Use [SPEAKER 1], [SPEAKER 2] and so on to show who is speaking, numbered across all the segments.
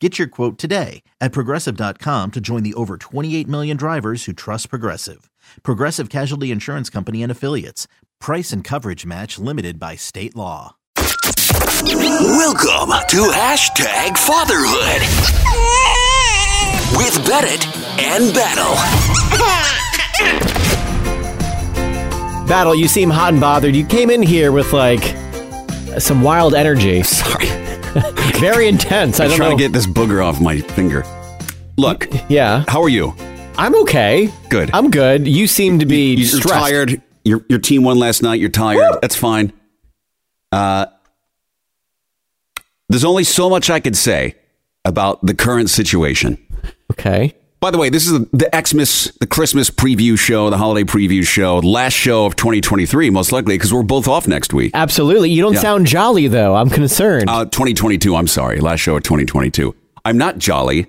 [SPEAKER 1] Get your quote today at progressive.com to join the over 28 million drivers who trust Progressive. Progressive Casualty Insurance Company and Affiliates. Price and coverage match limited by state law.
[SPEAKER 2] Welcome to hashtag fatherhood with Bennett and Battle.
[SPEAKER 3] Battle, you seem hot and bothered. You came in here with like some wild energy. Sorry. Very intense. I
[SPEAKER 4] I'm
[SPEAKER 3] don't
[SPEAKER 4] trying
[SPEAKER 3] know.
[SPEAKER 4] to get this booger off my finger. Look,
[SPEAKER 3] yeah.
[SPEAKER 4] how are you?
[SPEAKER 3] I'm okay.
[SPEAKER 4] Good.
[SPEAKER 3] I'm good. You seem to be
[SPEAKER 4] You're
[SPEAKER 3] stressed.
[SPEAKER 4] tired. Your your team won last night. You're tired. That's fine. Uh, there's only so much I could say about the current situation.
[SPEAKER 3] Okay.
[SPEAKER 4] By the way, this is the Xmas, the Christmas preview show, the holiday preview show, last show of 2023, most likely, because we're both off next week.
[SPEAKER 3] Absolutely. You don't
[SPEAKER 4] Yeah.
[SPEAKER 3] sound jolly though. I'm concerned.
[SPEAKER 4] Uh, 2022. I'm sorry. Last show of 2022. I'm not jolly.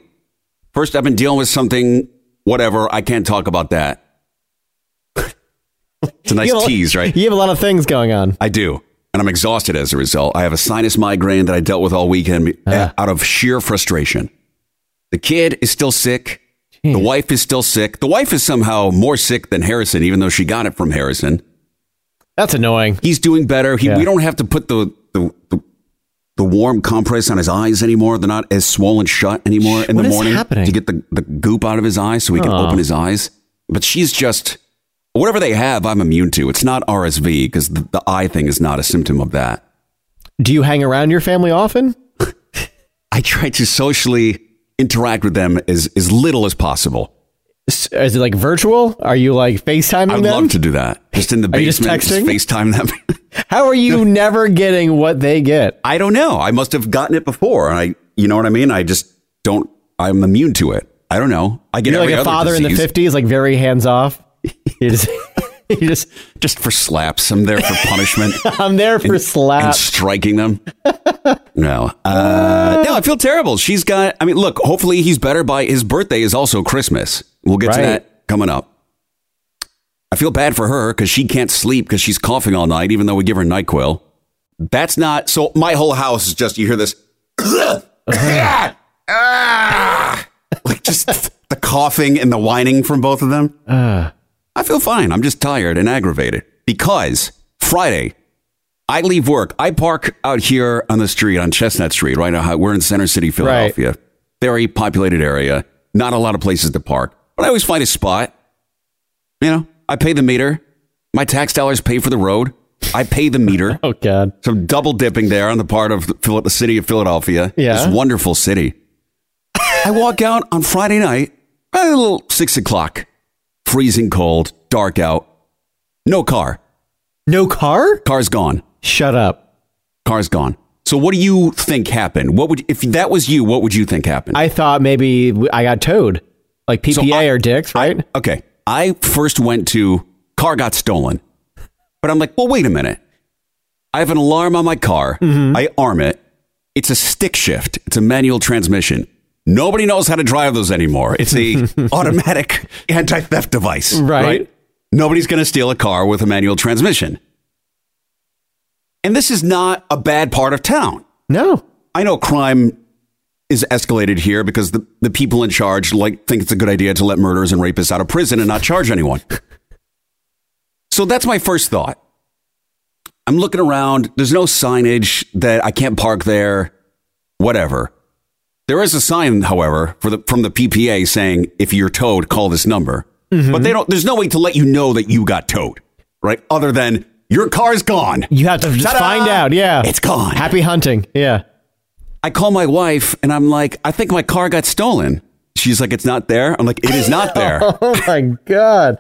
[SPEAKER 4] First, I've been dealing with something, whatever. I can't talk about that. it's a nice
[SPEAKER 3] You have a-
[SPEAKER 4] tease, right?
[SPEAKER 3] You have a lot of things going on.
[SPEAKER 4] I do. And I'm exhausted as a result. I have a sinus migraine that I dealt with all weekend uh, out of sheer frustration. The kid is still sick. The wife is still sick. The wife is somehow more sick than Harrison, even though she got it from Harrison
[SPEAKER 3] That's annoying.
[SPEAKER 4] he's doing better. He,
[SPEAKER 3] Yeah.
[SPEAKER 4] We don't have to put the, the the the warm compress on his eyes anymore. They're not as swollen shut anymore in
[SPEAKER 3] What
[SPEAKER 4] the
[SPEAKER 3] is
[SPEAKER 4] morning
[SPEAKER 3] happening?
[SPEAKER 4] to get the, the goop out of his eyes so he can
[SPEAKER 3] Aw.
[SPEAKER 4] open his eyes. But she's just whatever they have, I'm immune to. It's not RSV because the, the eye thing is not a symptom of that.
[SPEAKER 3] Do you hang around your family often?
[SPEAKER 4] I try to socially interact with them as as little as possible.
[SPEAKER 3] S- Is it like virtual? Are you like FaceTiming
[SPEAKER 4] I would
[SPEAKER 3] them?
[SPEAKER 4] love to do that. Just in the
[SPEAKER 3] Are you just texting?
[SPEAKER 4] basement, FaceTime them.
[SPEAKER 3] How are you never getting what they get?
[SPEAKER 4] I don't know. I must have gotten it before. And I, you know what I mean? I just don't, I'm immune to it. I don't know. I get
[SPEAKER 3] You're
[SPEAKER 4] every
[SPEAKER 3] like a
[SPEAKER 4] other
[SPEAKER 3] father in the
[SPEAKER 4] disease.
[SPEAKER 3] 50s, like very hands off. You just, you just
[SPEAKER 4] Just for slaps. I'm there for punishment
[SPEAKER 3] I'm there for
[SPEAKER 4] and
[SPEAKER 3] slap.
[SPEAKER 4] striking them. No. Uh, no, I feel terrible. She's got, I mean, look, hopefully he's better by his birthday is also Christmas. We'll get to
[SPEAKER 3] Right.
[SPEAKER 4] that coming up. I feel bad for her because she can't sleep because she's coughing all night, even though we give her NyQuil. That's not, so my whole house is just, you hear this.
[SPEAKER 3] Uh-huh.
[SPEAKER 4] Ah! like just the coughing and the whining from both of them. I feel fine. I'm just tired and aggravated because Friday I leave work. I park out here on the street on Chestnut Street, right? now. We're in Center City, Philadelphia. Very populated area. Not a lot of places to park, but I always find a spot. You know, I pay the meter. My tax dollars pay for the road. I pay the meter.
[SPEAKER 3] Oh God.
[SPEAKER 4] Some double dipping there on the part of the, Phil- the city of Philadelphia.
[SPEAKER 3] Yeah.
[SPEAKER 4] This wonderful city. I walk out on Friday night, a little six o'clock, freezing cold, dark out. No car.
[SPEAKER 3] No car?
[SPEAKER 4] Car's gone.
[SPEAKER 3] Shut up.
[SPEAKER 4] Car's gone. So what do you think happened? What would if that was you? What would you think happened?
[SPEAKER 3] I thought maybe w- I got towed, like PPA
[SPEAKER 4] So I-
[SPEAKER 3] or dicks, right?
[SPEAKER 4] okay, I first went to car got stolen, but I'm like, well, wait a minute. I have an alarm on my car.
[SPEAKER 3] Mm-hmm.
[SPEAKER 4] I arm it. It's a stick shift. It's a manual transmission. Nobody knows how to drive those anymore. It's a automatic anti theft device.
[SPEAKER 3] Right.
[SPEAKER 4] Nobody's going to steal a car with a manual transmission. And this is not a bad part of town.
[SPEAKER 3] no.
[SPEAKER 4] I know crime is escalated here because the, the people in charge like think it's a good idea to let murderers and rapists out of prison and not charge anyone. so that's my first thought. I'm looking around. There's no signage that I can't park there. Whatever. There is a sign, however, for the, from the PPA saying if you're towed, call this number. But they don't. There's no way to let you know that you got towed, right? Other than Your car's gone.
[SPEAKER 3] You have to just
[SPEAKER 4] Ta-da!
[SPEAKER 3] find out. Yeah.
[SPEAKER 4] It's gone.
[SPEAKER 3] Happy hunting. Yeah.
[SPEAKER 4] I call my wife and I'm like, I think my car got stolen. She's like, it's not there. I'm like, it is not there.
[SPEAKER 3] Oh my god.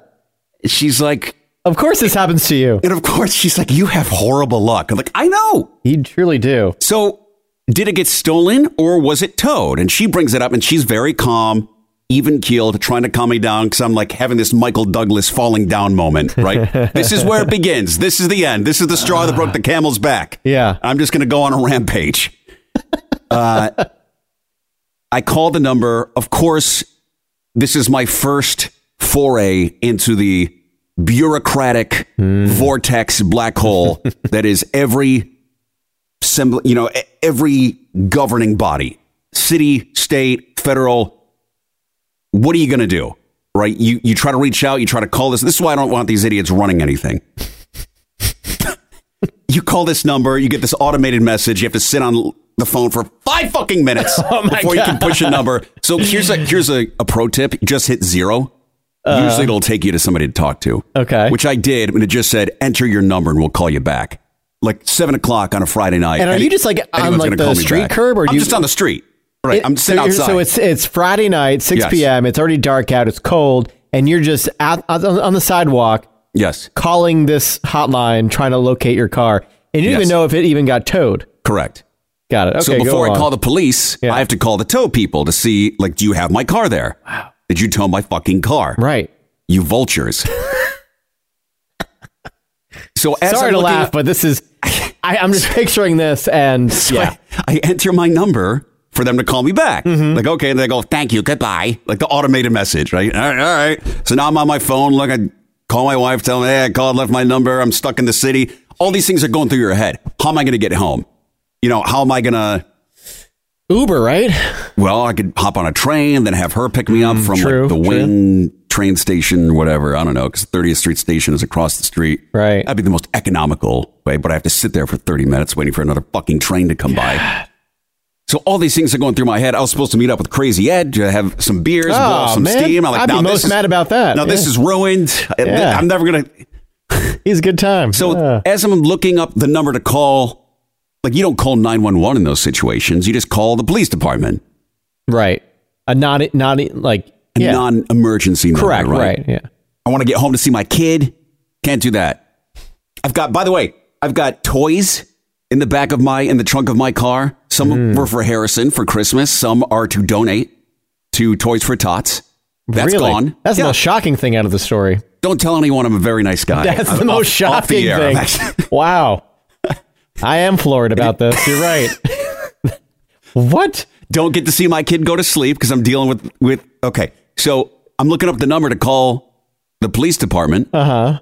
[SPEAKER 4] She's like,
[SPEAKER 3] Of course this happens to you.
[SPEAKER 4] and of course, she's like, you have horrible luck. I'm like, I know.
[SPEAKER 3] You truly do.
[SPEAKER 4] So, did it get stolen or was it towed? And she brings it up and she's very calm, even keeled, trying to calm me down because I'm like having this Michael Douglas falling down moment, right? this is where it begins. This is the end. This is the straw that broke the camel's back.
[SPEAKER 3] Yeah.
[SPEAKER 4] I'm just going to go on a rampage. Uh, I call the number. Of course, this is my first foray into the bureaucratic vortex black hole that is every symbol, you know, e- every governing body, city, state, federal. What are you going to do? Right? You you try to reach out, you try to call this. This is why I don't want these idiots running anything you call this number, you get this automated message. You have to sit on the phone for five fucking minutes before you can push a number. So here's a here's a, a pro tip: You just hit zero. Usually it'll take you to somebody to talk to.
[SPEAKER 3] Okay.
[SPEAKER 4] which I did, and it just said enter your number and we'll call you back. Like seven o'clock on a Friday night.
[SPEAKER 3] And are
[SPEAKER 4] Any-
[SPEAKER 3] you just, like, on,
[SPEAKER 4] anyone's
[SPEAKER 3] like,
[SPEAKER 4] gonna
[SPEAKER 3] the
[SPEAKER 4] call me
[SPEAKER 3] street
[SPEAKER 4] back.
[SPEAKER 3] curb, or
[SPEAKER 4] I'm
[SPEAKER 3] you-
[SPEAKER 4] just on the street? Right, I'm sitting
[SPEAKER 3] so you're-
[SPEAKER 4] outside.
[SPEAKER 3] So it's it's Friday night, six
[SPEAKER 4] Yes.
[SPEAKER 3] p.m. It's already dark out. It's cold, and you're just out, out on on the sidewalk
[SPEAKER 4] yes,
[SPEAKER 3] calling this hotline, trying to locate your car, and you don't
[SPEAKER 4] Yes.
[SPEAKER 3] even know if it even got towed.
[SPEAKER 4] correct.
[SPEAKER 3] Got it. Okay.
[SPEAKER 4] so before
[SPEAKER 3] go
[SPEAKER 4] I
[SPEAKER 3] on.
[SPEAKER 4] call the police,
[SPEAKER 3] Yeah.
[SPEAKER 4] I have to call the tow people to see, like, do you have my car there? Wow. Did you tow my fucking car?
[SPEAKER 3] right.
[SPEAKER 4] you vultures. so as
[SPEAKER 3] Sorry
[SPEAKER 4] I'm
[SPEAKER 3] to
[SPEAKER 4] looking-
[SPEAKER 3] laugh, but this is. I, I'm just picturing this, and
[SPEAKER 4] yeah, I enter my number for them to call me back.
[SPEAKER 3] Mm-hmm.
[SPEAKER 4] Like, okay, and they go, thank you, goodbye. Like the automated message, right? All right, all right. So now I'm on my phone. Look, I call my wife, tell them, hey, I called, left my number. I'm stuck in the city. All these things are going through your head. How am I going to get home? You know, how am I going to?
[SPEAKER 3] Uber, right?
[SPEAKER 4] Well, I could hop on a train, then have her pick me up from
[SPEAKER 3] Mm, true,
[SPEAKER 4] like, the
[SPEAKER 3] true.
[SPEAKER 4] Wing train station, whatever. I don't know, because 30th Street Station is across the street.
[SPEAKER 3] Right.
[SPEAKER 4] That'd be the most economical way, but I have to sit there for 30 minutes waiting for another fucking train to come by. So all these things are going through my head. I was supposed to meet up with Crazy Ed, to have some beers, blow off
[SPEAKER 3] Oh,
[SPEAKER 4] some
[SPEAKER 3] man.
[SPEAKER 4] steam. I'm like,
[SPEAKER 3] I'd be
[SPEAKER 4] "Now this
[SPEAKER 3] most
[SPEAKER 4] is-
[SPEAKER 3] mad about that.
[SPEAKER 4] Now this
[SPEAKER 3] Yeah.
[SPEAKER 4] is ruined. Uh,
[SPEAKER 3] Yeah.
[SPEAKER 4] I'm never gonna.
[SPEAKER 3] He's a good time.
[SPEAKER 4] So
[SPEAKER 3] Yeah.
[SPEAKER 4] as I'm looking up the number to call, like you don't call 911 in those situations. You just call the police department.
[SPEAKER 3] right, a not not like
[SPEAKER 4] a
[SPEAKER 3] yeah,
[SPEAKER 4] non-emergency number,
[SPEAKER 3] correct,
[SPEAKER 4] right?
[SPEAKER 3] right, yeah.
[SPEAKER 4] I want to get home to see my kid. Can't do that. I've got by the way, I've got toys in the back of my in the trunk of my car. Some
[SPEAKER 3] Hmm.
[SPEAKER 4] were for Harrison for Christmas, some are to donate to Toys for Tots. That's
[SPEAKER 3] really?
[SPEAKER 4] gone.
[SPEAKER 3] That's
[SPEAKER 4] Yeah.
[SPEAKER 3] the most shocking thing out of the story.
[SPEAKER 4] Don't tell anyone I'm a very nice guy.
[SPEAKER 3] That's the
[SPEAKER 4] I'm
[SPEAKER 3] most
[SPEAKER 4] off- off the
[SPEAKER 3] shocking
[SPEAKER 4] air.
[SPEAKER 3] thing. wow. I am floored about this. You're right. what?
[SPEAKER 4] Don't get to see my kid go to sleep because I'm dealing with with okay. So I'm looking up the number to call the police department.
[SPEAKER 3] Uh huh.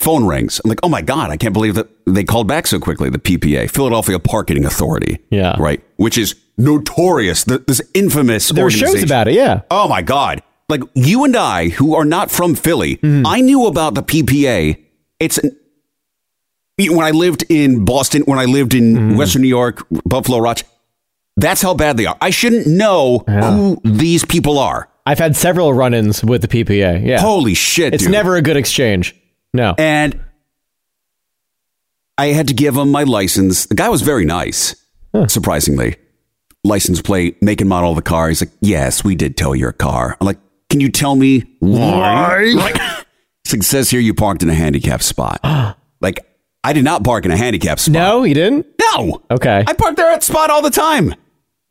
[SPEAKER 4] phone rings. I'm like, oh my God, I can't believe that they called back so quickly. The PPA, Philadelphia Parking Authority.
[SPEAKER 3] Yeah.
[SPEAKER 4] Right. Which is notorious. th- This infamous
[SPEAKER 3] There were shows
[SPEAKER 4] organization.
[SPEAKER 3] about it. Yeah.
[SPEAKER 4] Oh my God. Like you and I, who are not from Philly,
[SPEAKER 3] Mm-hmm.
[SPEAKER 4] I knew about the PPA. It's an, when I lived in Boston, when I lived in
[SPEAKER 3] Mm-hmm.
[SPEAKER 4] Western New York, Buffalo, Roch. That's how bad they are. I shouldn't know who these people are.
[SPEAKER 3] I've had several run-ins with the PPA. Yeah.
[SPEAKER 4] Holy shit!
[SPEAKER 3] it's
[SPEAKER 4] Oh, dude.
[SPEAKER 3] never a good exchange. No.
[SPEAKER 4] and I had to give him my license. The guy was very nice, surprisingly. License plate, make and model of the car. He's like, "Yes, we did tow your car." I'm like, "Can you tell me why?" Like, it's like, it says here you parked in a handicap spot. like, I did not park in a handicap spot.
[SPEAKER 3] no, you didn't.
[SPEAKER 4] no.
[SPEAKER 3] Okay.
[SPEAKER 4] I park there at spot all the time.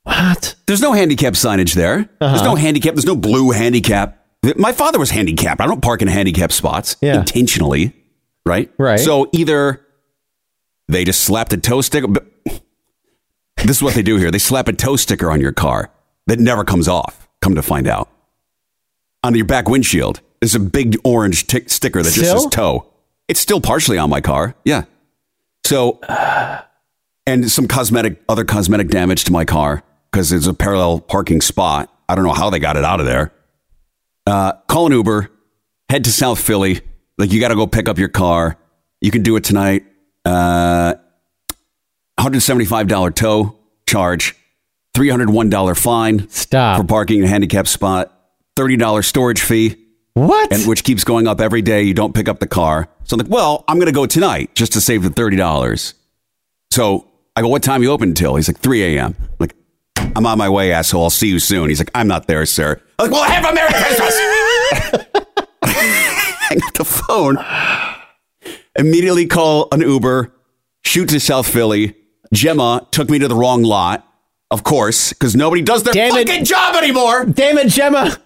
[SPEAKER 3] what?
[SPEAKER 4] There's no handicap signage there.
[SPEAKER 3] Uh-huh.
[SPEAKER 4] There's no handicap. There's no blue handicap. Th- My father was handicapped. I don't park in handicap spots
[SPEAKER 3] Yeah.
[SPEAKER 4] intentionally, right?
[SPEAKER 3] Right.
[SPEAKER 4] So either they just slapped a tow sticker. But this is what they do here. They slap a tow sticker on your car that never comes off. Come to find out, on your back windshield there's a big orange tick sticker that just
[SPEAKER 3] Still?
[SPEAKER 4] says tow. It's still partially on my car. Yeah. So and some cosmetic other cosmetic damage to my car because it's a parallel parking spot. I don't know how they got it out of there. Uh, call an Uber, head to South Philly. Like you got to go pick up your car. You can do it tonight. Uh, $175 tow charge, $301 fine
[SPEAKER 3] Stop.
[SPEAKER 4] for parking in a handicapped spot, $30 storage fee.
[SPEAKER 3] What?
[SPEAKER 4] and which keeps going up every day. You don't pick up the car. So I'm like, well, I'm going to go tonight just to save the $30. So I go, what time you open till? He's like, 3 a.m. I'm like, I'm on my way, asshole. I'll see you soon. He's like, I'm not there, sir. I'm like, well, have a Merry Christmas. Hang up the phone. Immediately call an Uber, shoot to South Philly. Gemma took me to the wrong lot, of course, because nobody does their
[SPEAKER 3] Damn it.
[SPEAKER 4] fucking job anymore.
[SPEAKER 3] Damn it, Gemma.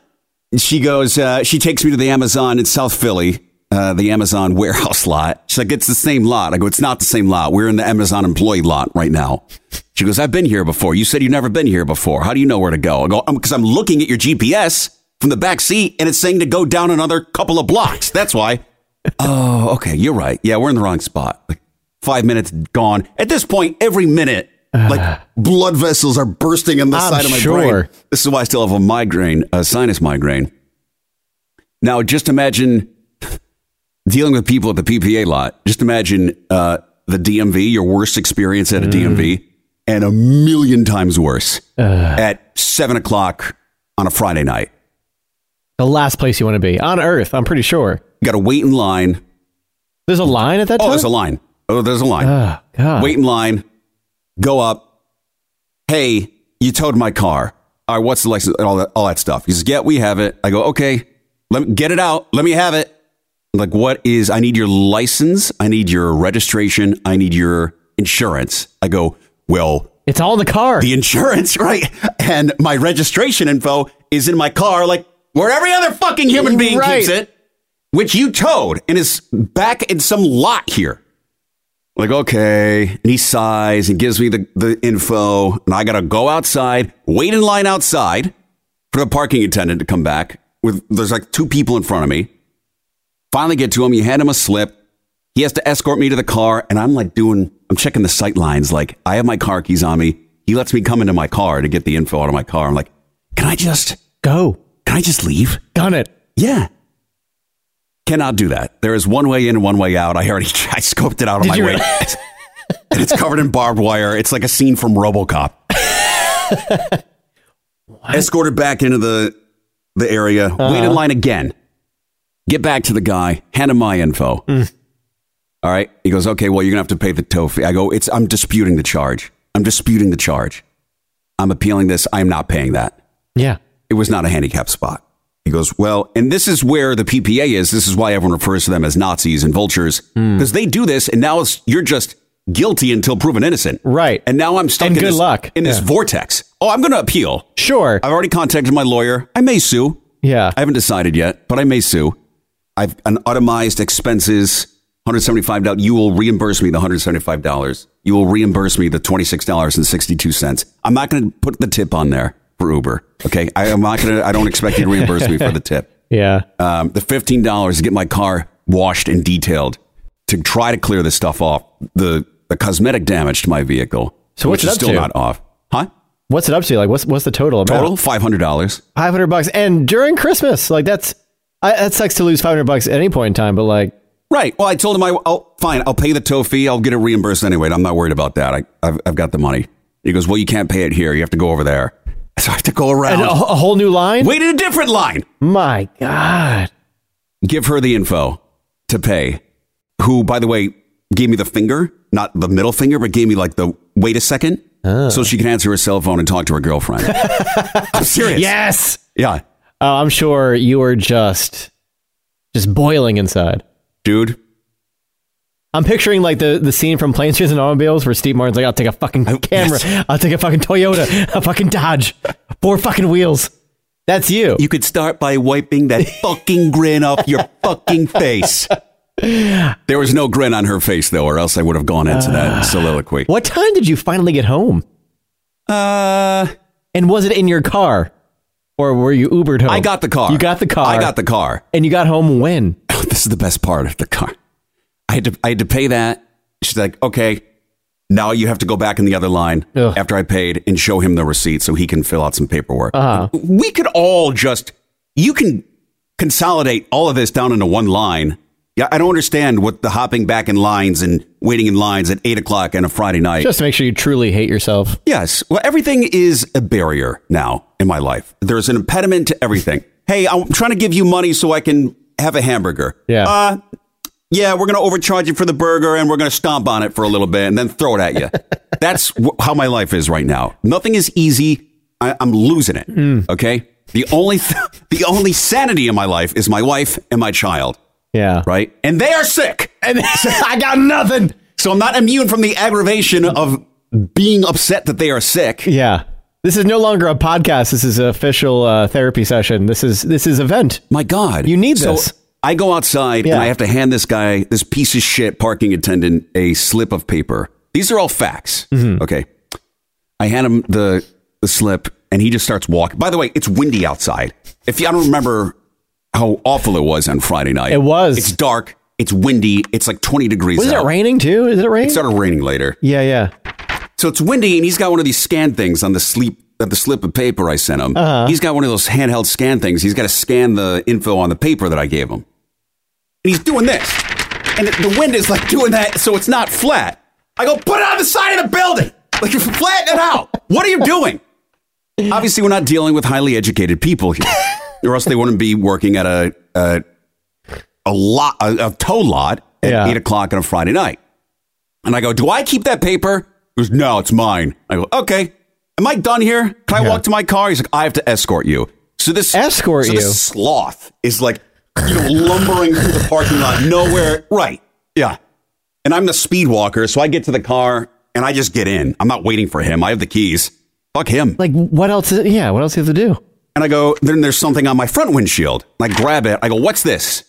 [SPEAKER 4] She goes, uh, she takes me to the Amazon in South Philly, uh, the Amazon warehouse lot. She's like, it's the same lot. I go, it's not the same lot. We're in the Amazon employee lot right now. She goes, I've been here before. You said you've never been here before. How do you know where to go? I go, because I'm looking at your GPS from the back seat and it's saying to go down another couple of blocks. That's why. oh, okay. You're right. Yeah, we're in the wrong spot. Like five minutes gone. At this point, every minute, like blood vessels are bursting in the
[SPEAKER 3] I'm
[SPEAKER 4] side of my
[SPEAKER 3] sure.
[SPEAKER 4] brain. This is why I still have a migraine, a sinus migraine. Now, just imagine dealing with people at the PPA lot. Just imagine uh, the DMV, your worst experience at a DMV, and a million times worse at seven o'clock on a Friday night.
[SPEAKER 3] The last place you want to be on Earth. I'm pretty sure.
[SPEAKER 4] You got to wait in line.
[SPEAKER 3] There's a line at that
[SPEAKER 4] Oh,
[SPEAKER 3] time.
[SPEAKER 4] there's a line. Oh, there's a line.
[SPEAKER 3] Ah, God.
[SPEAKER 4] Wait in line. Go up. Hey, you towed my car. All right, what's the license? And all that, all that stuff. He says, "Yeah, we have it." I go, "Okay, let me get it out. Let me have it." I'm like, what is? I need your license. I need your registration. I need your insurance. I go, well,
[SPEAKER 3] It's all in the car.
[SPEAKER 4] the insurance, right? And my registration info is in my car, like where every other fucking human being
[SPEAKER 3] Right.
[SPEAKER 4] keeps it, which you towed and is back in some lot here. Like, okay. And he sighs and gives me the, the info. And I got to go outside, wait in line outside for the parking attendant to come back. With There's like two people in front of me. Finally get to him. You hand him a slip. He has to escort me to the car, and I'm like doing, I'm checking the sight lines. Like, I have my car keys on me. He lets me come into my car to get the info out of my car. I'm like, can I just,
[SPEAKER 3] Go.
[SPEAKER 4] can I just leave?
[SPEAKER 3] Gun it.
[SPEAKER 4] Yeah. Cannot do that. There is one way in and one way out. I already, I scoped it out on
[SPEAKER 3] Did
[SPEAKER 4] my
[SPEAKER 3] you
[SPEAKER 4] way.
[SPEAKER 3] really-
[SPEAKER 4] and it's covered in barbed wire. It's like a scene from Robocop. Escorted back into the, the area,
[SPEAKER 3] Uh-huh.
[SPEAKER 4] wait in line again. Get back to the guy, hand him my info.
[SPEAKER 3] Mm.
[SPEAKER 4] All right. He goes, okay, well, you're going to have to pay the tow fee. I go, it's, I'm disputing the charge. I'm disputing the charge. I'm appealing this. I'm not paying that.
[SPEAKER 3] Yeah.
[SPEAKER 4] It was not a handicap spot. He goes, well, and this is where the PPA is. This is why everyone refers to them as Nazis and vultures
[SPEAKER 3] Hmm.
[SPEAKER 4] because they do this. And now it's, you're just guilty until proven innocent.
[SPEAKER 3] Right.
[SPEAKER 4] And now I'm stuck
[SPEAKER 3] And
[SPEAKER 4] in,
[SPEAKER 3] good
[SPEAKER 4] this,
[SPEAKER 3] luck.
[SPEAKER 4] in this
[SPEAKER 3] Yeah.
[SPEAKER 4] vortex. Oh, I'm going to appeal.
[SPEAKER 3] Sure.
[SPEAKER 4] I've already contacted my lawyer. I may sue.
[SPEAKER 3] yeah.
[SPEAKER 4] I haven't decided yet, but I may sue. I've an automized expenses, $175. You will reimburse me the $175. You will reimburse me the $26.62. I'm not going to put the tip on there for Uber. Okay. I, am not going to, I don't expect you to reimburse me for the tip.
[SPEAKER 3] yeah.
[SPEAKER 4] Um, the $15 to get my car washed and detailed to try to clear this stuff off, the, the cosmetic damage to my vehicle.
[SPEAKER 3] So what's
[SPEAKER 4] which
[SPEAKER 3] it
[SPEAKER 4] is
[SPEAKER 3] up
[SPEAKER 4] still
[SPEAKER 3] to?
[SPEAKER 4] not off. Huh?
[SPEAKER 3] What's it up to? Like, what's what's the total amount?
[SPEAKER 4] Total $500.
[SPEAKER 3] Five hundred bucks. And during Christmas, like that's I, that sucks to lose five hundred bucks at any point in time. But like,
[SPEAKER 4] Right. Well, I told him I, oh, fine, I'll pay the tow fee. I'll get it reimbursed anyway. I'm not worried about that. I, I've, I've got the money. He goes, well, you can't pay it here. You have to go over there. So I have to go
[SPEAKER 3] and uh,
[SPEAKER 4] around.
[SPEAKER 3] a, a whole new line.
[SPEAKER 4] Wait in a different line.
[SPEAKER 3] My God.
[SPEAKER 4] Give her the info to pay. Who, by the way, gave me the finger, not the middle finger, but gave me like the wait a second, so she can answer her cell phone and talk to her girlfriend. I'm serious.
[SPEAKER 3] Yes.
[SPEAKER 4] Yeah.
[SPEAKER 3] Oh, I'm sure you were just just boiling inside.
[SPEAKER 4] dude.
[SPEAKER 3] I'm picturing like the, the scene from Planes, Trains, and Automobiles where Steve Martin's like, "I'll take a fucking camera,
[SPEAKER 4] Oh, yes.
[SPEAKER 3] I'll take a fucking Toyota, a fucking Dodge, four fucking wheels." That's you.
[SPEAKER 4] You could start by wiping that fucking grin off your fucking face. There was no grin on her face, though, or else I would have gone into that soliloquy.
[SPEAKER 3] What time did you finally get home?
[SPEAKER 4] Uh,
[SPEAKER 3] And was it in your car, or were you Ubered home?
[SPEAKER 4] I got the car.
[SPEAKER 3] You got the car.
[SPEAKER 4] I got the car.
[SPEAKER 3] And you got home when?
[SPEAKER 4] "Oh, This is the best part of the car. I had to, I had to pay that. She's like, okay, now you have to go back in the other line
[SPEAKER 3] Ugh.
[SPEAKER 4] after I paid and show him the receipt so he can fill out some paperwork. We could all just, you can consolidate all of this down into one line. Yeah, I don't understand what the hopping back in lines and waiting in lines at eight o'clock on a Friday night.
[SPEAKER 3] Just to make sure you truly hate yourself.
[SPEAKER 4] Yes. Well, everything is a barrier now in my life. There's an impediment to everything. Hey, I'm trying to give you money so I can have a hamburger.
[SPEAKER 3] Yeah.
[SPEAKER 4] Uh, yeah, we're going to overcharge you for the burger and we're going to stomp on it for a little bit and then throw it at you. That's wh- how my life is right now. Nothing is easy. I- I'm losing it. Okay. The only, th- the only sanity in my life is my wife and my child,
[SPEAKER 3] Yeah.
[SPEAKER 4] right? And they are sick.
[SPEAKER 3] And I got nothing.
[SPEAKER 4] So I'm not immune from the aggravation of being upset that they are sick.
[SPEAKER 3] Yeah. This is no longer a podcast. This is an official uh, therapy session. This is this is event.
[SPEAKER 4] My God.
[SPEAKER 3] You need
[SPEAKER 4] so
[SPEAKER 3] this.
[SPEAKER 4] I go outside
[SPEAKER 3] Yeah.
[SPEAKER 4] and I have to hand this guy, this piece of shit parking attendant, a slip of paper. These are all facts.
[SPEAKER 3] Mm-hmm.
[SPEAKER 4] Okay. I hand him the, the slip and he just starts walking. By the way, it's windy outside. If you, I don't remember how awful it was on Friday night.
[SPEAKER 3] It was.
[SPEAKER 4] It's dark. It's windy. It's like 20 degrees.
[SPEAKER 3] Was it
[SPEAKER 4] out.
[SPEAKER 3] raining too? Is it raining?
[SPEAKER 4] It started raining later.
[SPEAKER 3] yeah, yeah.
[SPEAKER 4] So it's windy, and he's got one of these scan things on the sleep uh, the slip of paper I sent him. He's got one of those handheld scan things. He's got to scan the info on the paper that I gave him, and he's doing this, and the- the wind is like doing that, so it's not flat. I go put it on the side of the building, like you're flatten it out. What are you doing? Obviously, we're not dealing with highly educated people here, or else they wouldn't be working at a a, a lot a, a tow lot at
[SPEAKER 3] Yeah.
[SPEAKER 4] eight o'clock on a Friday night. And I go, Do I keep that paper? He goes, No, it's mine. I go, Okay. Am I done here? Can I walk to my car? He's like, I have to escort you. So this
[SPEAKER 3] Escort
[SPEAKER 4] so
[SPEAKER 3] you?
[SPEAKER 4] This sloth is like you know, lumbering through the parking lot, nowhere. Right. Yeah. And I'm the speed walker, so I get to the car and I just get in. I'm not waiting for him. I have the keys. Fuck him.
[SPEAKER 3] Like what else? Is, yeah, what else do you have to do?
[SPEAKER 4] And I go, then there's something on my front windshield. And I grab it. I go, what's this?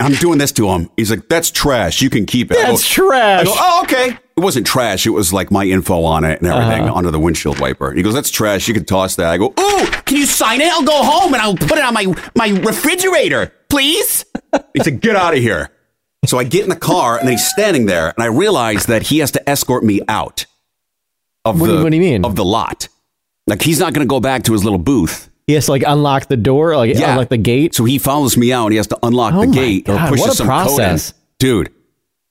[SPEAKER 4] And I'm doing this to him. He's like, that's trash. You can keep it. I go,
[SPEAKER 3] That's trash.
[SPEAKER 4] I go, oh, okay. It wasn't trash. It was like my info on it and everything
[SPEAKER 3] Uh-huh.
[SPEAKER 4] under the windshield wiper. He goes, that's trash. You can toss that. I go, ooh, can you sign it? I'll go home and I'll put it on my, my refrigerator, please. He said, get out of here. So I get in the car and then he's standing there and I realize that he has to escort me out of
[SPEAKER 3] What do
[SPEAKER 4] the
[SPEAKER 3] you- what do you mean?
[SPEAKER 4] of the lot. Like he's not going to go back to his little booth.
[SPEAKER 3] He has to like unlock the door, like
[SPEAKER 4] Yeah.
[SPEAKER 3] unlock the gate.
[SPEAKER 4] So he follows me out and he has to unlock
[SPEAKER 3] Oh
[SPEAKER 4] the
[SPEAKER 3] my
[SPEAKER 4] gate or
[SPEAKER 3] God,
[SPEAKER 4] pushes
[SPEAKER 3] what a
[SPEAKER 4] some
[SPEAKER 3] process.
[SPEAKER 4] code in. Dude.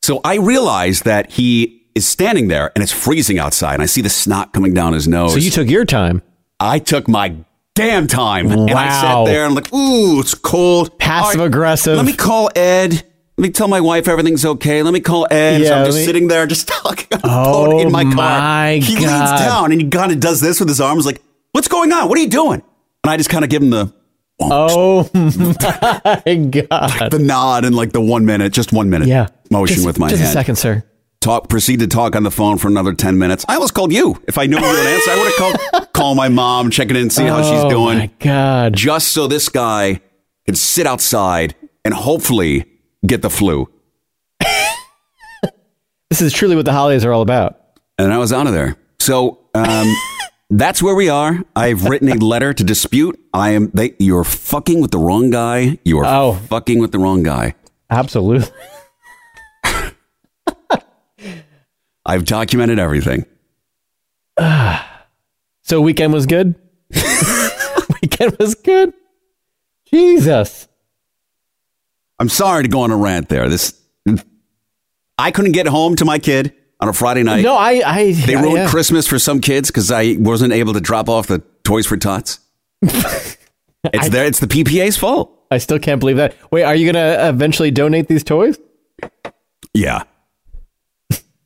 [SPEAKER 4] So I realize that he is standing there and it's freezing outside and I see the snot coming down his nose.
[SPEAKER 3] So you took your time.
[SPEAKER 4] I took my damn time and I sat
[SPEAKER 3] Wow.
[SPEAKER 4] there and like, ooh, it's cold.
[SPEAKER 3] Passive
[SPEAKER 4] All
[SPEAKER 3] aggressive.
[SPEAKER 4] Let me call Ed. Let me tell my wife everything's okay. Let me call Ed. so
[SPEAKER 3] Yeah,
[SPEAKER 4] I'm
[SPEAKER 3] let
[SPEAKER 4] just
[SPEAKER 3] me-
[SPEAKER 4] sitting there, just talking on the
[SPEAKER 3] Oh
[SPEAKER 4] phone in my car.
[SPEAKER 3] my
[SPEAKER 4] he
[SPEAKER 3] God.
[SPEAKER 4] leans down and he kind of does this with his arms, like, "What's going on? What are you doing?" And I just kind of give him the
[SPEAKER 3] Oh my god.
[SPEAKER 4] the nod and like the one minute, just one minute
[SPEAKER 3] Yeah.
[SPEAKER 4] motion
[SPEAKER 3] Just-
[SPEAKER 4] with my
[SPEAKER 3] just
[SPEAKER 4] hand.
[SPEAKER 3] a second, sir.
[SPEAKER 4] Talk, proceed to talk on the phone for another 10 minutes. I almost called you. If I knew you would answer, I would have called, call my mom, check it in, see how she's
[SPEAKER 3] Oh
[SPEAKER 4] doing,
[SPEAKER 3] my god.
[SPEAKER 4] just so this guy can sit outside and hopefully get the flu.
[SPEAKER 3] This is truly what the holidays are all about.
[SPEAKER 4] And I was out of there. So, um, That's where we are. I've written a letter to dispute. I am. They, you're fucking with the wrong guy. You are
[SPEAKER 3] Oh.
[SPEAKER 4] fucking with the wrong guy.
[SPEAKER 3] Absolutely.
[SPEAKER 4] I've documented everything.
[SPEAKER 3] So weekend was good. weekend was good. Jesus.
[SPEAKER 4] I'm sorry to go on a rant there. This I couldn't get home to my kid on a Friday night.
[SPEAKER 3] no, I. I
[SPEAKER 4] they ruined
[SPEAKER 3] yeah.
[SPEAKER 4] Christmas for some kids because I wasn't able to drop off the toys for tots. it's there. It's the PPA's fault.
[SPEAKER 3] I still can't believe that. Wait, are you gonna eventually donate these toys?
[SPEAKER 4] Yeah,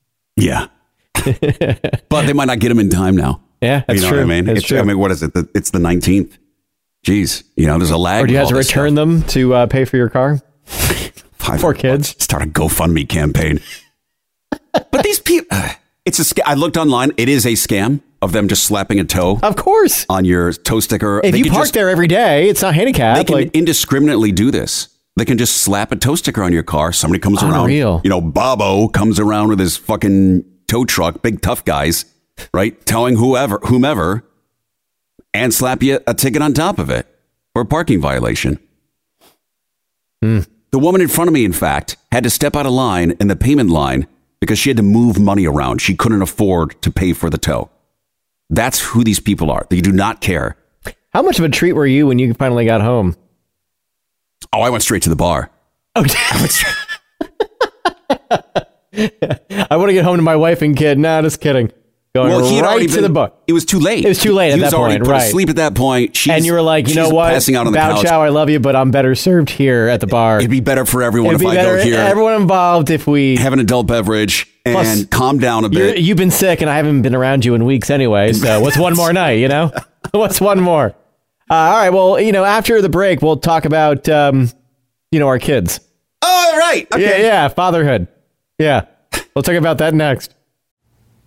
[SPEAKER 4] yeah. but they might not get them in time now.
[SPEAKER 3] Yeah, that's
[SPEAKER 4] you know
[SPEAKER 3] true.
[SPEAKER 4] what I mean?
[SPEAKER 3] That's
[SPEAKER 4] it's,
[SPEAKER 3] true.
[SPEAKER 4] I mean, what is it? The, it's the 19th. Jeez, you know, there's a lag.
[SPEAKER 3] or do you have
[SPEAKER 4] with all
[SPEAKER 3] to
[SPEAKER 4] this stuff.
[SPEAKER 3] return them to uh, pay for your car?
[SPEAKER 4] Five
[SPEAKER 3] Poor
[SPEAKER 4] hundred bucks. Start a GoFundMe campaign. but these people, it's a scam. I looked online. It is a scam of them just slapping a toe
[SPEAKER 3] Of course.
[SPEAKER 4] on your toe sticker.
[SPEAKER 3] Oh. If
[SPEAKER 4] They
[SPEAKER 3] you
[SPEAKER 4] can
[SPEAKER 3] park
[SPEAKER 4] just-
[SPEAKER 3] there every day, it's not
[SPEAKER 4] they
[SPEAKER 3] handicapped.
[SPEAKER 4] can
[SPEAKER 3] Like,
[SPEAKER 4] indiscriminately do this. They can just slap a toe sticker on your car. Somebody comes
[SPEAKER 3] Unreal.
[SPEAKER 4] around. You know, Bobo comes around with his fucking tow truck, big tough guys, right? Towing whoever, whomever, and slap you a ticket on top of it for a parking violation.
[SPEAKER 3] Hmm.
[SPEAKER 4] The woman in front of me, in fact, had to step out of line in the payment line because she had to move money around. She couldn't afford to pay for the tow. That's who these people are. They do not care.
[SPEAKER 3] how much of a treat were you when you finally got home?
[SPEAKER 4] Oh, I went straight to the bar.
[SPEAKER 3] Oh, I want to get home to my wife and kid. Nah, just kidding. Go going
[SPEAKER 4] he had
[SPEAKER 3] right
[SPEAKER 4] already
[SPEAKER 3] to
[SPEAKER 4] been-
[SPEAKER 3] the book.
[SPEAKER 4] It was too late.
[SPEAKER 3] It was too late
[SPEAKER 4] He
[SPEAKER 3] at
[SPEAKER 4] was
[SPEAKER 3] that
[SPEAKER 4] already
[SPEAKER 3] point,
[SPEAKER 4] put
[SPEAKER 3] right.
[SPEAKER 4] asleep at that point. She's,
[SPEAKER 3] and you were like, you know
[SPEAKER 4] she's
[SPEAKER 3] what?
[SPEAKER 4] Passing out on the
[SPEAKER 3] Bao
[SPEAKER 4] couch.
[SPEAKER 3] Chow, I love you, but I'm better served here at the bar.
[SPEAKER 4] It'd be better for everyone
[SPEAKER 3] It'd be
[SPEAKER 4] if I
[SPEAKER 3] better
[SPEAKER 4] go here,
[SPEAKER 3] everyone involved if we.
[SPEAKER 4] have an adult beverage, and
[SPEAKER 3] Plus-
[SPEAKER 4] calm down a
[SPEAKER 3] You're,
[SPEAKER 4] bit.
[SPEAKER 3] you've been sick, and I haven't been around you in weeks anyway. So what's one more night? You know, what's one more? Uh, all right. Well, you know, after the break, we'll talk about um, you know our kids.
[SPEAKER 4] oh, right. Okay.
[SPEAKER 3] Yeah, yeah, fatherhood. Yeah, we'll talk about that next.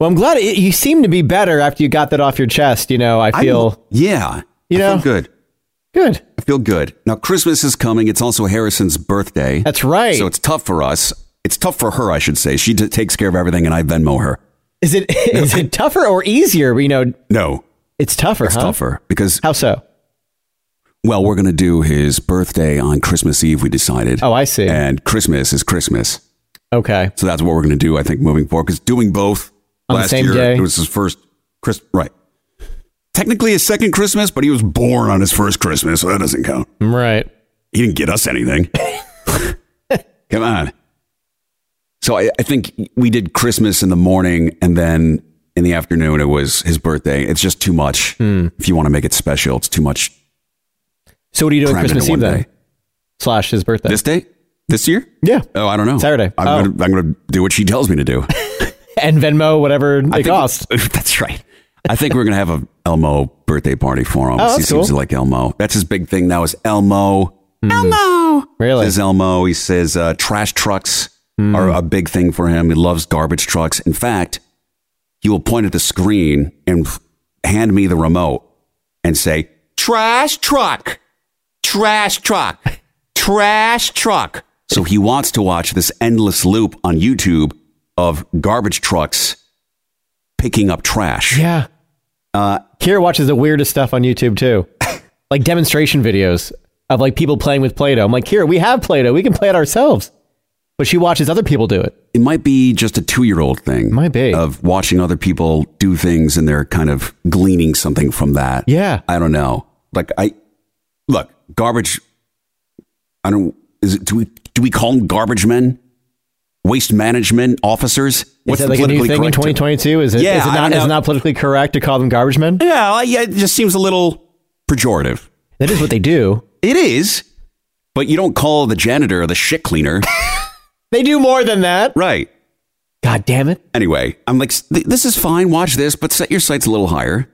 [SPEAKER 3] Well, I'm glad it, you seem to be better after you got that off your chest. You know, I
[SPEAKER 4] I'm-
[SPEAKER 3] feel
[SPEAKER 4] yeah.
[SPEAKER 3] You
[SPEAKER 4] I
[SPEAKER 3] know-
[SPEAKER 4] feel good.
[SPEAKER 3] good.
[SPEAKER 4] I feel good. Now Christmas is coming. It's also Harrison's birthday.
[SPEAKER 3] That's right.
[SPEAKER 4] So it's tough for us. It's tough for her, I should say. She t- takes care of everything, and I Venmo her.
[SPEAKER 3] is it is it tougher or easier? You know,
[SPEAKER 4] No,
[SPEAKER 3] it's tougher,
[SPEAKER 4] it's
[SPEAKER 3] huh?
[SPEAKER 4] tougher because
[SPEAKER 3] How so?
[SPEAKER 4] well, we're gonna do his birthday on Christmas Eve. We decided.
[SPEAKER 3] Oh, I see.
[SPEAKER 4] And Christmas is Christmas,
[SPEAKER 3] Okay.
[SPEAKER 4] so that's what we're gonna do. I think moving forward, because doing both
[SPEAKER 3] On the
[SPEAKER 4] last
[SPEAKER 3] same
[SPEAKER 4] year,
[SPEAKER 3] day?
[SPEAKER 4] it was his first Christmas. Right. Technically his second Christmas, but he was born on his first Christmas, so that doesn't count.
[SPEAKER 3] Right.
[SPEAKER 4] He didn't get us anything. Come on. So I, I think we did Christmas in the morning and then in the afternoon it was his birthday. It's just too much.
[SPEAKER 3] Hmm.
[SPEAKER 4] If you want to make it special, it's too much
[SPEAKER 3] So what are you doing
[SPEAKER 4] crammed
[SPEAKER 3] Christmas
[SPEAKER 4] into
[SPEAKER 3] Eve
[SPEAKER 4] one
[SPEAKER 3] then?
[SPEAKER 4] day.
[SPEAKER 3] Slash his birthday.
[SPEAKER 4] This day? This year?
[SPEAKER 3] yeah.
[SPEAKER 4] Oh, I don't know.
[SPEAKER 3] Saturday.
[SPEAKER 4] I'm
[SPEAKER 3] Oh.
[SPEAKER 4] gonna I'm gonna do what she tells me to do.
[SPEAKER 3] And Venmo, whatever it
[SPEAKER 4] I think-
[SPEAKER 3] costs.
[SPEAKER 4] That's right. I think we're gonna have a Elmo birthday party for him.
[SPEAKER 3] Oh,
[SPEAKER 4] he
[SPEAKER 3] that's cool. Hmm.
[SPEAKER 4] seems to like Elmo. That's his big thing now is Elmo. Elmo.
[SPEAKER 3] Really? Hmm.
[SPEAKER 4] says Elmo. He says uh, trash trucks are a big thing for him. He loves garbage trucks. In fact, he will point at the screen and f- hand me the remote and say, "Trash truck, trash truck, trash truck." So he wants to watch this endless loop on YouTube of garbage trucks picking up trash.
[SPEAKER 3] Yeah. Uh, Kira watches the weirdest stuff on YouTube too, like demonstration videos of like people playing with Play-Doh. I'm like, Kira, we have Play-Doh. We can play it ourselves. But she watches other people do it.
[SPEAKER 4] It might be just a two-year-old thing.
[SPEAKER 3] Might be.
[SPEAKER 4] of watching other people do things and they're kind of gleaning something from that.
[SPEAKER 3] Yeah.
[SPEAKER 4] I don't know. Like I look, garbage. I don't. Is it, do we do we call them garbage men? Waste management officers.
[SPEAKER 3] Is that
[SPEAKER 4] the
[SPEAKER 3] like a new
[SPEAKER 4] politically
[SPEAKER 3] thing in
[SPEAKER 4] correct term?
[SPEAKER 3] 2022? Is it,
[SPEAKER 4] Yeah,
[SPEAKER 3] is it
[SPEAKER 4] I
[SPEAKER 3] not
[SPEAKER 4] don't
[SPEAKER 3] is it
[SPEAKER 4] know.
[SPEAKER 3] not politically correct to call them garbage men?
[SPEAKER 4] Yeah, well, yeah. It just seems a little pejorative.
[SPEAKER 3] That is what they do.
[SPEAKER 4] It is, but you don't call the janitor the shit cleaner,
[SPEAKER 3] They do more than that.
[SPEAKER 4] right?
[SPEAKER 3] God damn it.
[SPEAKER 4] Anyway, I'm like, "Th- this is fine. Watch this, but set your sights a little higher.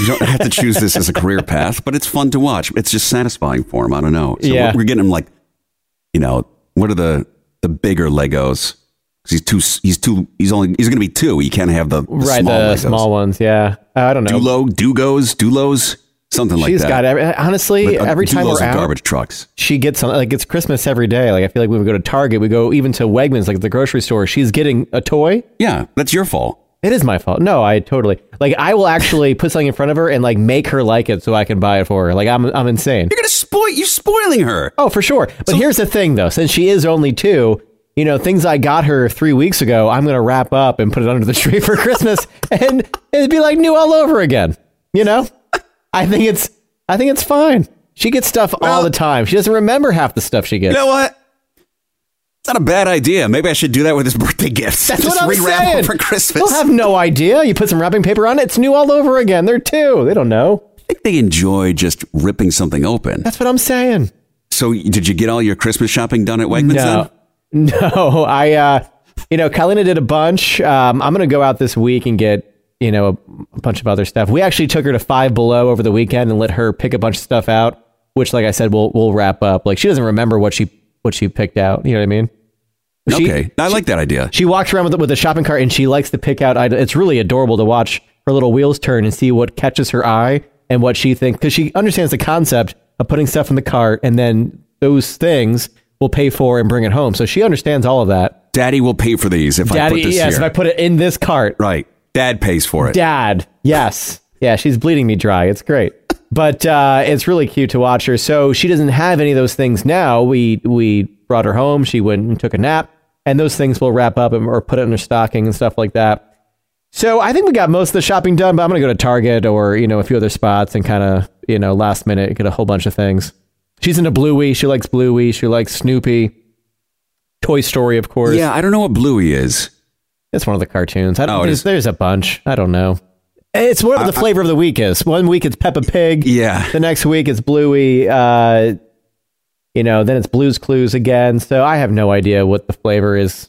[SPEAKER 4] You don't have to choose this as a career path, but it's fun to watch. It's just satisfying for him. I don't know. So
[SPEAKER 3] Yeah.
[SPEAKER 4] we're, we're getting him like, you know, what are the the bigger Legos? 'Cause he's too s- he's too he's only he's gonna be two. He can't have the, the
[SPEAKER 3] right,
[SPEAKER 4] small
[SPEAKER 3] the
[SPEAKER 4] Legos.
[SPEAKER 3] small ones. Yeah. Uh, I don't know.
[SPEAKER 4] Dulo, Dugos, Dulos, something
[SPEAKER 3] She's
[SPEAKER 4] like
[SPEAKER 3] got
[SPEAKER 4] that.
[SPEAKER 3] every, honestly,
[SPEAKER 4] But, uh,
[SPEAKER 3] every time
[SPEAKER 4] Dulos
[SPEAKER 3] we're
[SPEAKER 4] are
[SPEAKER 3] out,
[SPEAKER 4] garbage trucks.
[SPEAKER 3] she gets something like it's Christmas every day. Like I feel like when we go to Target, we go even to Wegmans, like at the grocery store. She's getting a toy.
[SPEAKER 4] Yeah, that's your fault.
[SPEAKER 3] It is my fault. No, I totally like. I will actually put something in front of her and like make her like it so I can buy it for her. Like I'm, I'm insane.
[SPEAKER 4] You're gonna spoil. You're spoiling her.
[SPEAKER 3] Oh, for sure. But here's the thing, though. Since she is only two, you know, things I got her three weeks ago, I'm gonna wrap up and put it under the tree for Christmas, and it'd be like new all over again. You know, I think it's, I think it's fine. She gets stuff all
[SPEAKER 4] Well-
[SPEAKER 3] the time. She doesn't remember half the stuff she gets.
[SPEAKER 4] You know what? It's not a bad idea. Maybe I should do that with his birthday gifts.
[SPEAKER 3] That's
[SPEAKER 4] Just
[SPEAKER 3] what I'm
[SPEAKER 4] rewrap
[SPEAKER 3] saying.
[SPEAKER 4] them for Christmas.
[SPEAKER 3] They'll have no idea. You put some wrapping paper on it, it's new all over again. They're two. They don't know.
[SPEAKER 4] I think they enjoy just ripping something open.
[SPEAKER 3] That's what I'm saying.
[SPEAKER 4] So, did you get all your Christmas shopping done at Wegmans?
[SPEAKER 3] No,
[SPEAKER 4] Then?
[SPEAKER 3] no. I, uh, you know, Kalina did a bunch. Um, I'm gonna go out this week and get you know a, a bunch of other stuff. We actually took her to Five Below over the weekend and let her pick a bunch of stuff out. Which, like I said, we'll we'll wrap up. Like she doesn't remember what she what she picked out. You know what I mean? She-
[SPEAKER 4] okay, I like that idea.
[SPEAKER 3] She walks around with a- with a shopping cart and she likes to pick out. Items. It's really adorable to watch her little wheels turn and see what catches her eye and what she thinks because she understands the concept of putting stuff in the cart and then those things will pay for and bring it home. So she understands all of that.
[SPEAKER 4] Daddy will pay for these if I
[SPEAKER 3] Daddy,
[SPEAKER 4] put this
[SPEAKER 3] yes, if
[SPEAKER 4] here.
[SPEAKER 3] I put it in this cart,
[SPEAKER 4] right. Dad pays for it.
[SPEAKER 3] Dad. Yes. Yeah, she's bleeding me dry. It's great. But uh, it's really cute to watch her. So she doesn't have any of those things now. We we brought her home. She went and took a nap, and those things will wrap up and, or put it in her stocking and stuff like that. So I think we got most of the shopping done. But I'm gonna go to Target or you know a few other spots and kind of you know last minute get a whole bunch of things. She's into Bluey. She likes Bluey. She likes Snoopy. Toy Story, of course.
[SPEAKER 4] Yeah, I don't know what Bluey is.
[SPEAKER 3] It's one of the cartoons. I don't.
[SPEAKER 4] Oh, it
[SPEAKER 3] there's,
[SPEAKER 4] is.
[SPEAKER 3] there's a bunch. I don't know. It's whatever the flavor of the week is. One week it's Peppa Pig.
[SPEAKER 4] Yeah.
[SPEAKER 3] The next week it's Bluey. Uh, you know, then it's Blue's Clues again. So I have no idea what the flavor is,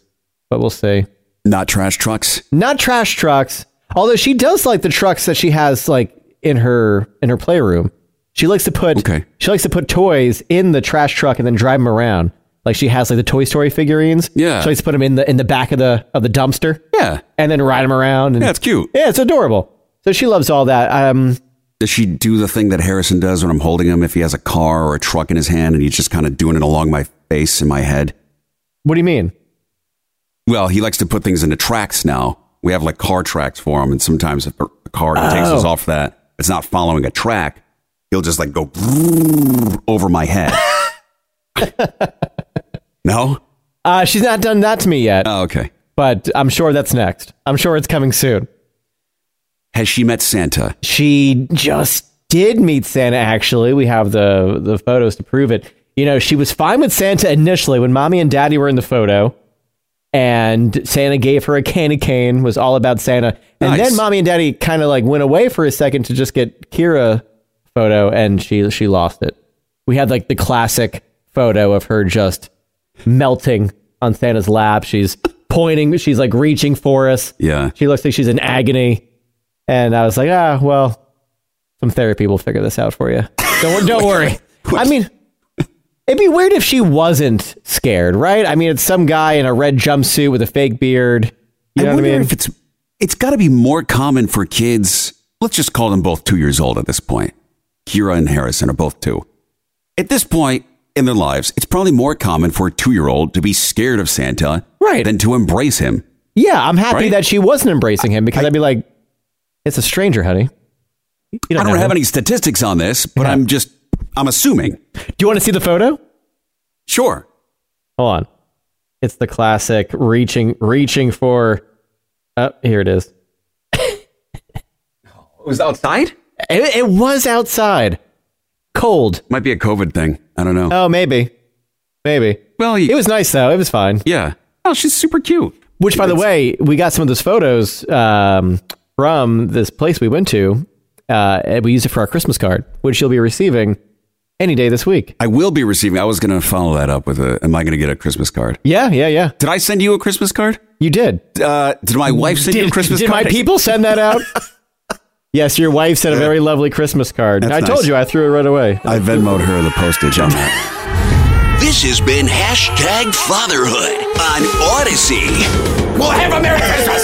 [SPEAKER 3] but we'll see.
[SPEAKER 4] Not trash trucks.
[SPEAKER 3] Not trash trucks. Although she does like the trucks that she has like in her in her playroom. She likes to put
[SPEAKER 4] Okay.
[SPEAKER 3] she likes to put toys in the trash truck and then drive them around. Like she has like the Toy Story figurines.
[SPEAKER 4] Yeah.
[SPEAKER 3] She likes to put them in the in the back of the of the dumpster
[SPEAKER 4] Yeah.
[SPEAKER 3] and then ride them around. And
[SPEAKER 4] Yeah, it's cute.
[SPEAKER 3] yeah, it's adorable. So she loves all that. Um,
[SPEAKER 4] Does she do the thing that Harrison does when I'm holding him if he has a car or a truck in his hand and he's just kind of doing it along my face and my head?
[SPEAKER 3] what do you mean?
[SPEAKER 4] Well, he likes to put things into tracks now. We have like car tracks for him, and sometimes if a car takes us off that, it's not following a track. He'll just like go over my head. no?
[SPEAKER 3] Uh, she's not done that to me yet,
[SPEAKER 4] Oh, okay.
[SPEAKER 3] but I'm sure that's next. I'm sure it's coming soon.
[SPEAKER 4] Has she met Santa?
[SPEAKER 3] She just did meet Santa. Actually, we have the the photos to prove it. You know, she was fine with Santa initially when mommy and daddy were in the photo, and Santa gave her a candy cane. Was all about Santa, and
[SPEAKER 4] Nice.
[SPEAKER 3] then mommy and daddy kind of like went away for a second to just get Kira photo, and she she lost it. We had like the classic photo of her just melting on Santa's lap. She's pointing. She's like reaching for us.
[SPEAKER 4] Yeah.
[SPEAKER 3] She looks like she's in agony. And I was like, ah, well, some therapy will figure this out for you. Don't, don't worry. I mean, it'd be weird if she wasn't scared, right? I mean, it's some guy in a red jumpsuit with a fake beard. You know
[SPEAKER 4] I
[SPEAKER 3] what I
[SPEAKER 4] wonder
[SPEAKER 3] mean?
[SPEAKER 4] if it's it's got to be more common for kids. Let's just call them both two years old at this point. Kira and Harrison are both two. At this point in their lives, it's probably more common for a two-year-old to be scared of Santa,
[SPEAKER 3] Right.
[SPEAKER 4] than to embrace him.
[SPEAKER 3] yeah, I'm happy
[SPEAKER 4] Right?
[SPEAKER 3] that she wasn't embracing him because I, would be like, it's a stranger, honey. You
[SPEAKER 4] I don't
[SPEAKER 3] know
[SPEAKER 4] have
[SPEAKER 3] him.
[SPEAKER 4] any statistics on this, but
[SPEAKER 3] Yeah.
[SPEAKER 4] I'm just I'm assuming.
[SPEAKER 3] Do you want to see the photo?
[SPEAKER 4] Sure.
[SPEAKER 3] Hold on. It's the classic reaching, reaching for. Oh, here it is.
[SPEAKER 4] It was outside.
[SPEAKER 3] It, it was outside, cold.
[SPEAKER 4] Might be a COVID thing. I don't know.
[SPEAKER 3] Oh, maybe, maybe.
[SPEAKER 4] well, you,
[SPEAKER 3] It was nice though. It was fine.
[SPEAKER 4] yeah. Oh, she's super cute.
[SPEAKER 3] Which, by the way, we got some of those photos um, from this place we went to, uh, and we used it for our Christmas card, which you'll be receiving any day this week.
[SPEAKER 4] I will be receiving. I was going to follow that up with a. Am I going to get a Christmas card?
[SPEAKER 3] Yeah, yeah, yeah.
[SPEAKER 4] Did I send you a Christmas card?
[SPEAKER 3] You did.
[SPEAKER 4] Uh, did my wife send you a Christmas
[SPEAKER 3] did
[SPEAKER 4] card?
[SPEAKER 3] my people send that out? yes, your wife sent a very lovely Christmas card.
[SPEAKER 4] That's
[SPEAKER 3] I told
[SPEAKER 4] nice.
[SPEAKER 3] you, I threw it right away.
[SPEAKER 4] I Venmoed her the postage on that.
[SPEAKER 2] This has been hashtag fatherhood on Odyssey. We'll have a Merry Christmas.